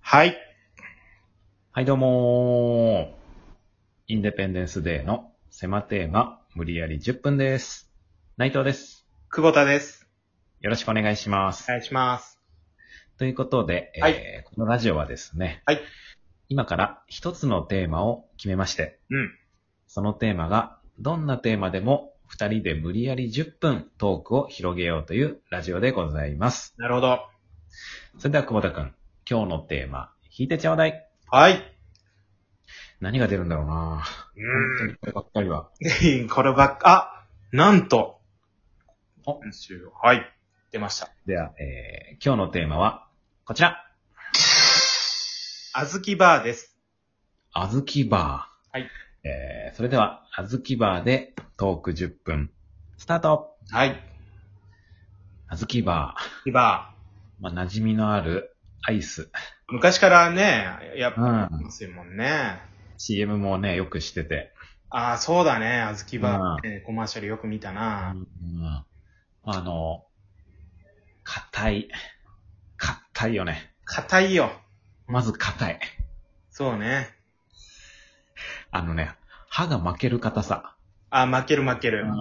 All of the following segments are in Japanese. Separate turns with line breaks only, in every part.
はい。はい、どうもーインデペンデンスデーの狭テーマ、無理やり10分です。内藤です。
久保田です。
よろしくお願いします。
お願いします。
ということで、えー
は
このラジオはですね、
はい
今から一つのテーマを決めまして、
うん
そのテーマがどんなテーマでも二人で無理やり10分トークを広げようというラジオでございます。
なるほど。
それでは久保田くん、今日のテーマ、引いてちょうだい。
はい。
何が出るんだろうな本当にこればっかりは。
うん。こればっか、あ、なんと。
お
今週はい。出ました。
では、えー今日のテーマは、こちら。
あずきバーです。
あずきバー。
はい。
えー、それでは、あずきバーでトーク10分、スタート
はい。
あずきバー。
きバ
まあ、馴染みのあるアイス。
ー。昔からね、やっぱ、
ん。
ますもんね。
CM もね、よくしてて。
ああ、そうだね。あずきバー、ねコマーシャルよく見たな。
うん。あの、硬い。硬いよね。
硬いよ。
まず硬い。
そうね。
あのね、歯が負ける硬さ。
あー負ける負ける。
ん。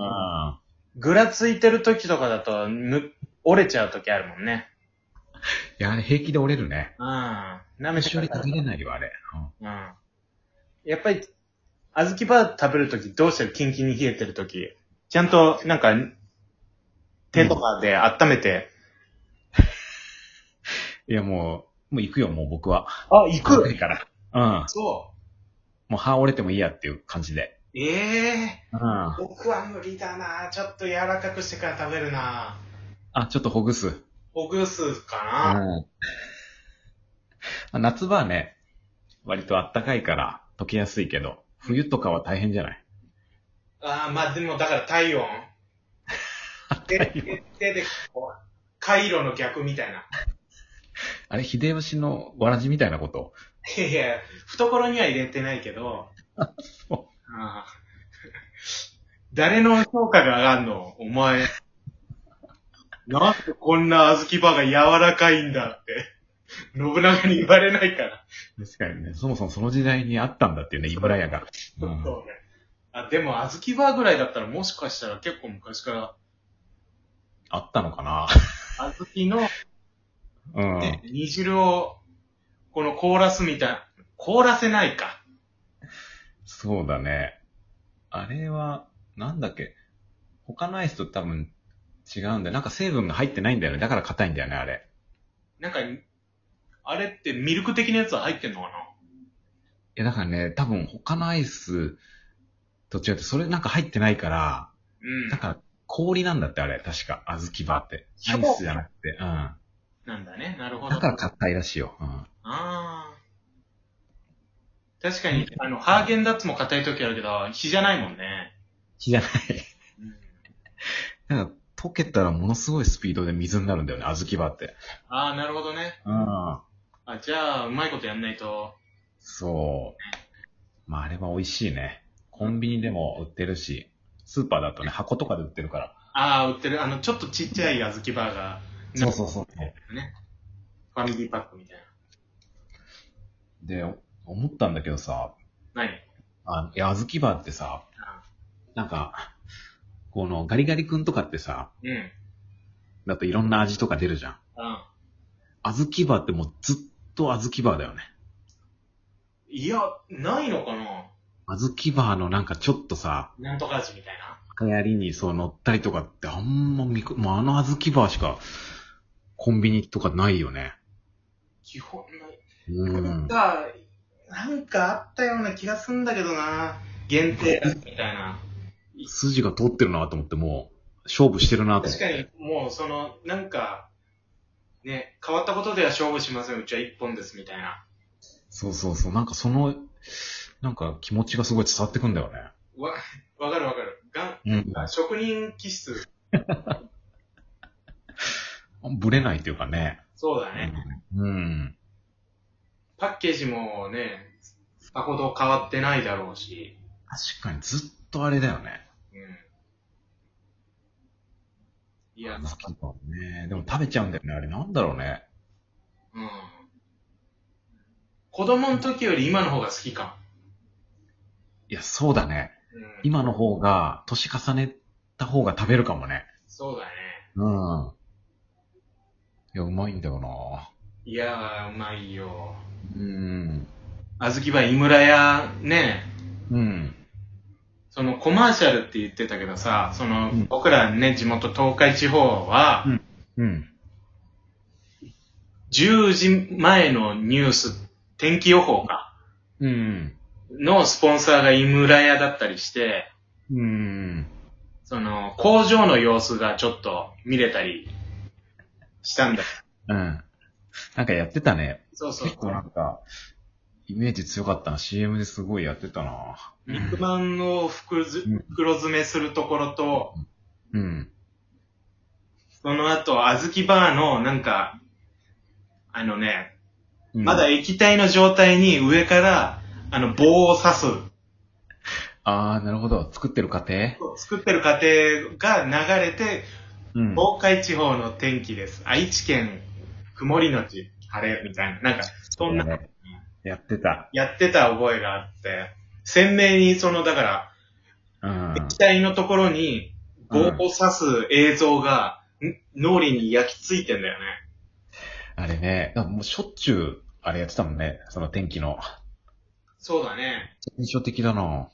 ぐらついてる時とかだと、ぬ、折れちゃう時あるもんね。
いや、あれ平気で折れるね。
うん。なめし
一緒
より
に食べれないよ、あれ。うん
うん。やっぱり、小豆バー食べるとき、どうしてるキンキンに冷えてるとき、ちゃんと、なんか、手とかで温めて、
いや、もう、もう行くよ、もう僕は。
あ、行
硬いから。うん。
そう。
もう歯折れてもいいやっていう感じで。
ええ
うん。
ー、僕は無理だなちょっと柔らかくしてから食べるな
あ、ちょっとほぐす。うん。
ほぐすかな、
あ夏場はね、割と暖かいから溶けやすいけど、冬とかは大変じゃない
ああ、まあでもだから体 温。手で、手で、こう、回路の逆みたいな。
あれ、秀吉のわらじみたいなこと
いやいや、懐には入れてないけど。
そ
ああ誰の評価が上がんのお前。なんでこんな小豆バーが柔らかいんだって。信長に言われないから。
確かにね、そもそもその時代にあったんだっていうね、イブラヤが。うん
そうね。あ、でも小豆バーぐらいだったらもしかしたら結構昔から、
あったのかな
小豆の
うん。
ね煮汁を、この凍らすみたいな、凍らせないか。
そうだね。あれは、なんだっけ。他のアイスと多分違うんだよ。なんか成分が入ってないんだよね。だから硬いんだよね、あれ。
なんか、あれってミルク的なやつは入ってんのかない
や、だからね、多分他のアイスと違って、それなんか入ってないから、
うん。
だから氷なんだって、あれ。確か、小豆バーって。
そ
ア
う
イスじゃなくて、うん。
なんだね。なるほど。
だから硬いらしいよ。うん。
ああ。確かに、あの、ハーゲンダッツも硬い時あるけど、火じゃないもんね。
火じゃない。 なんか溶けたらものすごいスピードで水になるんだよね、小豆バーって。
ああ、なるほどね。
うん。
あ、じゃあ、うまいことやんないと。
そう。まあ、あれは美味しいね。コンビニでも売ってるし、スーパーだとね、箱とかで売ってるから。
ああ、売ってる。あの、ちょっとちっちゃい小豆バーガー。
そうそうそう。
ファミリーパックみたい
で、思ったんだけどさ、
な。何
あいや、小豆バーってさ、なんか、このガリガリ君とかってさ、
うん。うん。
だといろんな味とか出るじゃん。小豆バーってもうずっと小豆バーだよね。
いや、ないのかな
小豆バーのなんかちょっとさ、
なんとか味みたいな。
流行りにそう乗ったりとかってあんま見く、もうあの小豆バーしかコンビニとかないよね。
基本ない。
うん。
が、なんかあったような気がすんだけどな。限定味みたいな。
筋が通ってるなと思ってもう勝負してるなと思
確
って。
かに、もうその、なんか、ね、変わったことでは勝負しません、うちは一本です、みたいな。
そうそうそう。なんかその、なんか気持ちがすごい伝わってくんだよね。
わ、わかるわかる。が
うん。
ん、職人気質。
ぶれないというかね。
そうだね。
うん。
パッケージもね、さほど変わってないだろうし。
確かにずっとあれだよね。
うん。いや、
好きだね。でも食べちゃうんだよね。あれなんだろうね。
うん。子供の時より今の方が好きか
いや、そうだね。
も。うん。
今の方が、年重ねた方が食べるかもね。
そうだね。
うん。いや、うまいんだよない
やー、うまいよ。
うん。
あずきば井村屋、ね、
うん。
そのコマーシャルって言ってたけどさ、その、
うん
僕らね、地元東海地方は、
うんうん。
10時前のニュース、天気予報か、
うん。
のスポンサーが井村屋だったりして、
うん。
その、工場の様子がちょっと見れたりしたんだ。
うん。なんかやってたね。
そうそう
結。構なんか、イメージ強かったな。CM ですごいやってたな
肉まんを袋ず
うん
袋詰めするところと、
うん。
その後、あずきバーの、なんか、あのね、
うん
まだ液体の状態に上から、あの、棒を刺す。
あー、なるほど。作ってる過程
作ってる過程が流れて、
うん。
東海地方の天気です。愛知県、曇りのち晴れ、みたいな。なんか、そんな、
ねやってた。
やってた覚えがあって、鮮明にその、だから、
うん。
液体のところに棒を刺す映像が、ん脳裏に焼き付いてんだよね。
あれね、なんかもうしょっちゅう、あれやってたもんね。その天気の。
そうだね。
印象的だな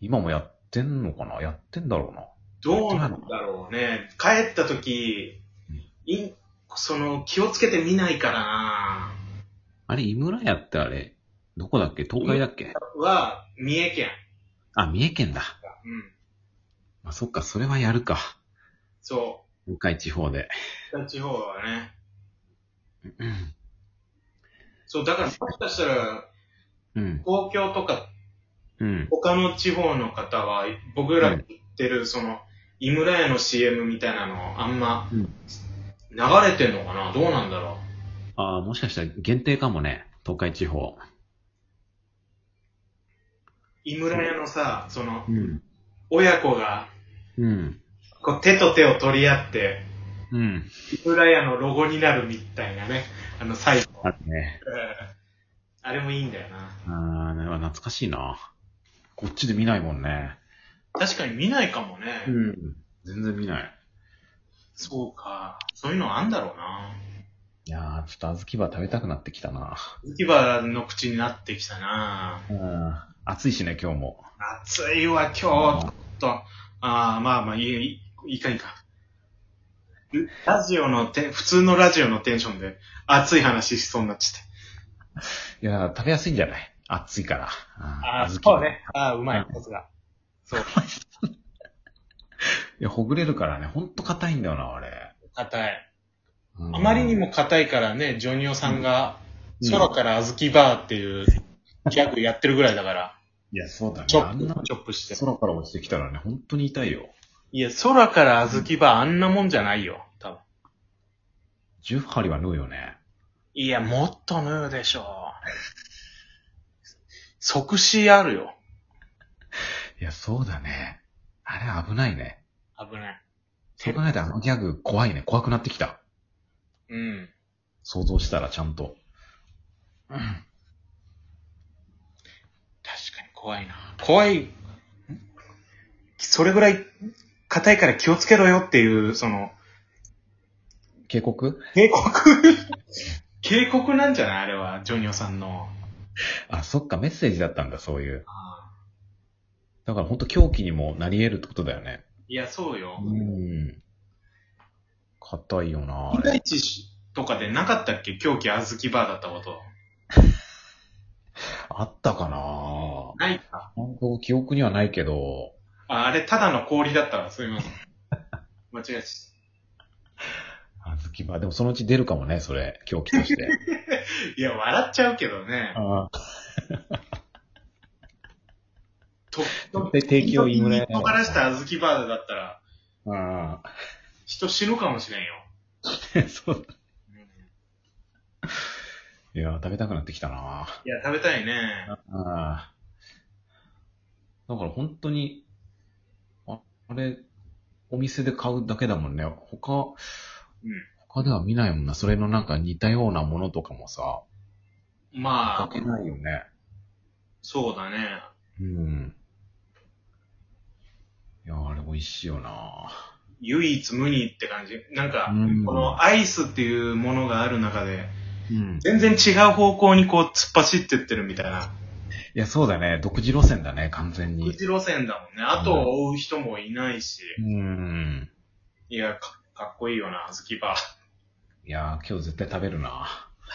今もやってんのかなやってんだろうな。
どうなんだろうね。帰った時、いんその、気をつけて見ないからな
あれ、井村屋ってあれ、どこだっけ東海だっけ
は、三重県。
あ、三重県だ。
うん。
まあ、そっか、それはやるか。
そ
東海地方で。
う。北地方はね。
うん
そう、だからもしかしたら、
うん。
東京とか
うん。
他の地方の方は、僕らが言ってる、その、井村屋の CM みたいなの、あんま、
うん
流れてんのかなどうなんだろ
ああ、もしかしたら限定かもね。東海地方。
う。井村屋のさ、その、
うん。
親子が、
うん。
こう、手と手を取り合って、
うん。
井村屋のロゴになるみたいなね、あの、最後。
あるね。
あれもいいんだよな。
ああ、懐かしいな。こっちで見ないもんね。
確かに見ないかもね。
ん。全然見ない。
そうか。そういうのあんだろうな。
いやー、ちょっと小豆葉食べたくなってきたな。
浮き場の口になってきたな。
うん。暑いしね、今日も。
暑いわ、今日、ちょっと。ああー、まあまあ、いい、いいいかんいかん。ラジオのて、普通のラジオのテンションで、熱い話しそうになっちゃって。
いやー、食べやすいんじゃない暑いから。小
そ
豆
うね。ああ、うまい、さすが。そう。
いや、ほぐれるからね、ほんと硬いんだよな、あれ。
硬い。
うん
あまりに。も硬いからね、ジョニオさんが、空から小豆バーっていうギャグやってるぐらいだから、
いや、そうだね。
チョ
あんな
ップ、チョップして。
空から落ちてきたらね、ほんとに痛いよ。
いや、空から小豆バーあんなもんじゃないよ、多分。
10針は縫うよね。
いや、もっと縫うでしょう。即死あるよ。
いや、そうだね。あれ危ないね。
危ない。
そう考えたらあのギャグ怖いね。怖くなってきた。
うん。
想像したらちゃんと。うん。
確かに怖いな。怖い。それぐらい硬いから気をつけろよっていう、その、
警告
警 告警告なんじゃないあれは、ジョニオさんの。
あ、そっか、メッセージだったんだ、そういう。だからほんと狂気にもなり得るってことだよね。
いや、そうよ。
ん。硬いよな、あ
被
れ。
害地とかでなかったっけ狂気あずきバーだったこと。
あったかな
ないか。
本当記憶にはないけど、
ああれ、ただの氷だったわ。すみません。 間違えちゃった。
あずきば、でもそのうち出るかもね、それ、狂気として。
いや、笑っちゃうけどね。
ああ
と、
絶対提供井村屋だよ
尖らした小豆バーだったら、
あ
人死ぬかもしれんよ。
あ、 そう。いや、食べたくなってきたな。
いや、食べたいね。
ああ。だから本当に、ああれ、お店で買うだけだもんね。他、他では見ないもんな。それのなんか似たようなものとかもさ、
ま
か
あ
け、ないよね。
そうだね。
うん。いや、あれ美味しいよな
唯一無二って感じ。なんか、
うん
このアイスっていうものがある中で、
うん。
全然違う方向にこう突っ走ってってるみたいな。
いや、そうだね。独自路線だね、完全
う
に。
ち路線だもんね。後を追う人もいないし。
うん。
いや、かかっこいいよな、ずきバ
いやー、今日絶対食べるな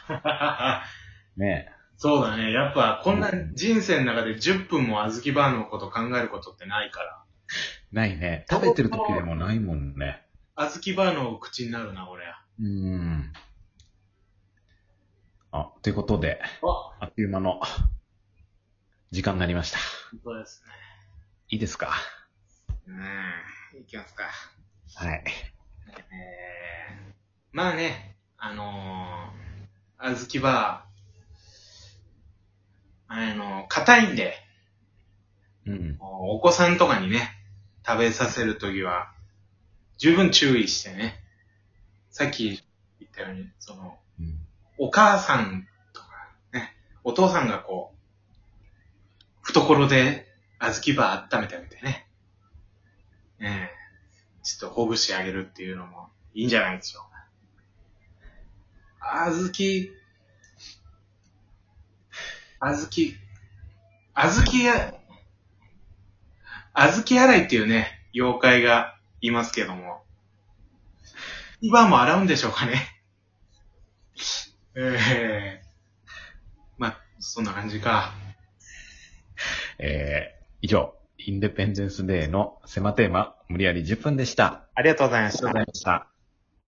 ー。
ね
そうだね。やっぱ、こんな人生の中で10分もあずきバーのこと考えることってないから。
ないね。食べてる時でもないもんね。
あずきバーの口になるな、俺。あ、
うん。あ、ということで、
本
あっという間の時間になりました。
当ですね。
いいですか
うん。いきますか。
は
え
い。
ー、まあね、あのー、あずきバー、あのー、硬いんで、
うん。
お子さんとかにね、食べさせるときは、十分注意してね。さっき言ったように、その、
うん
お母さんとかね、お父さんがこう、懐で小豆バー温めてあげてね、ええちょっとほぐしてあげるっていうのもいいんじゃないでしょうか。小豆、小豆、小豆や、小豆洗いっていうね、妖怪がいますけども、今も洗うんでしょうかね。ええまあ、そんな感じか。
えー、以上、インデペンデンスデーの狭テーマ、無理やり10分でした。
ありがとうございま
ありがとうございました。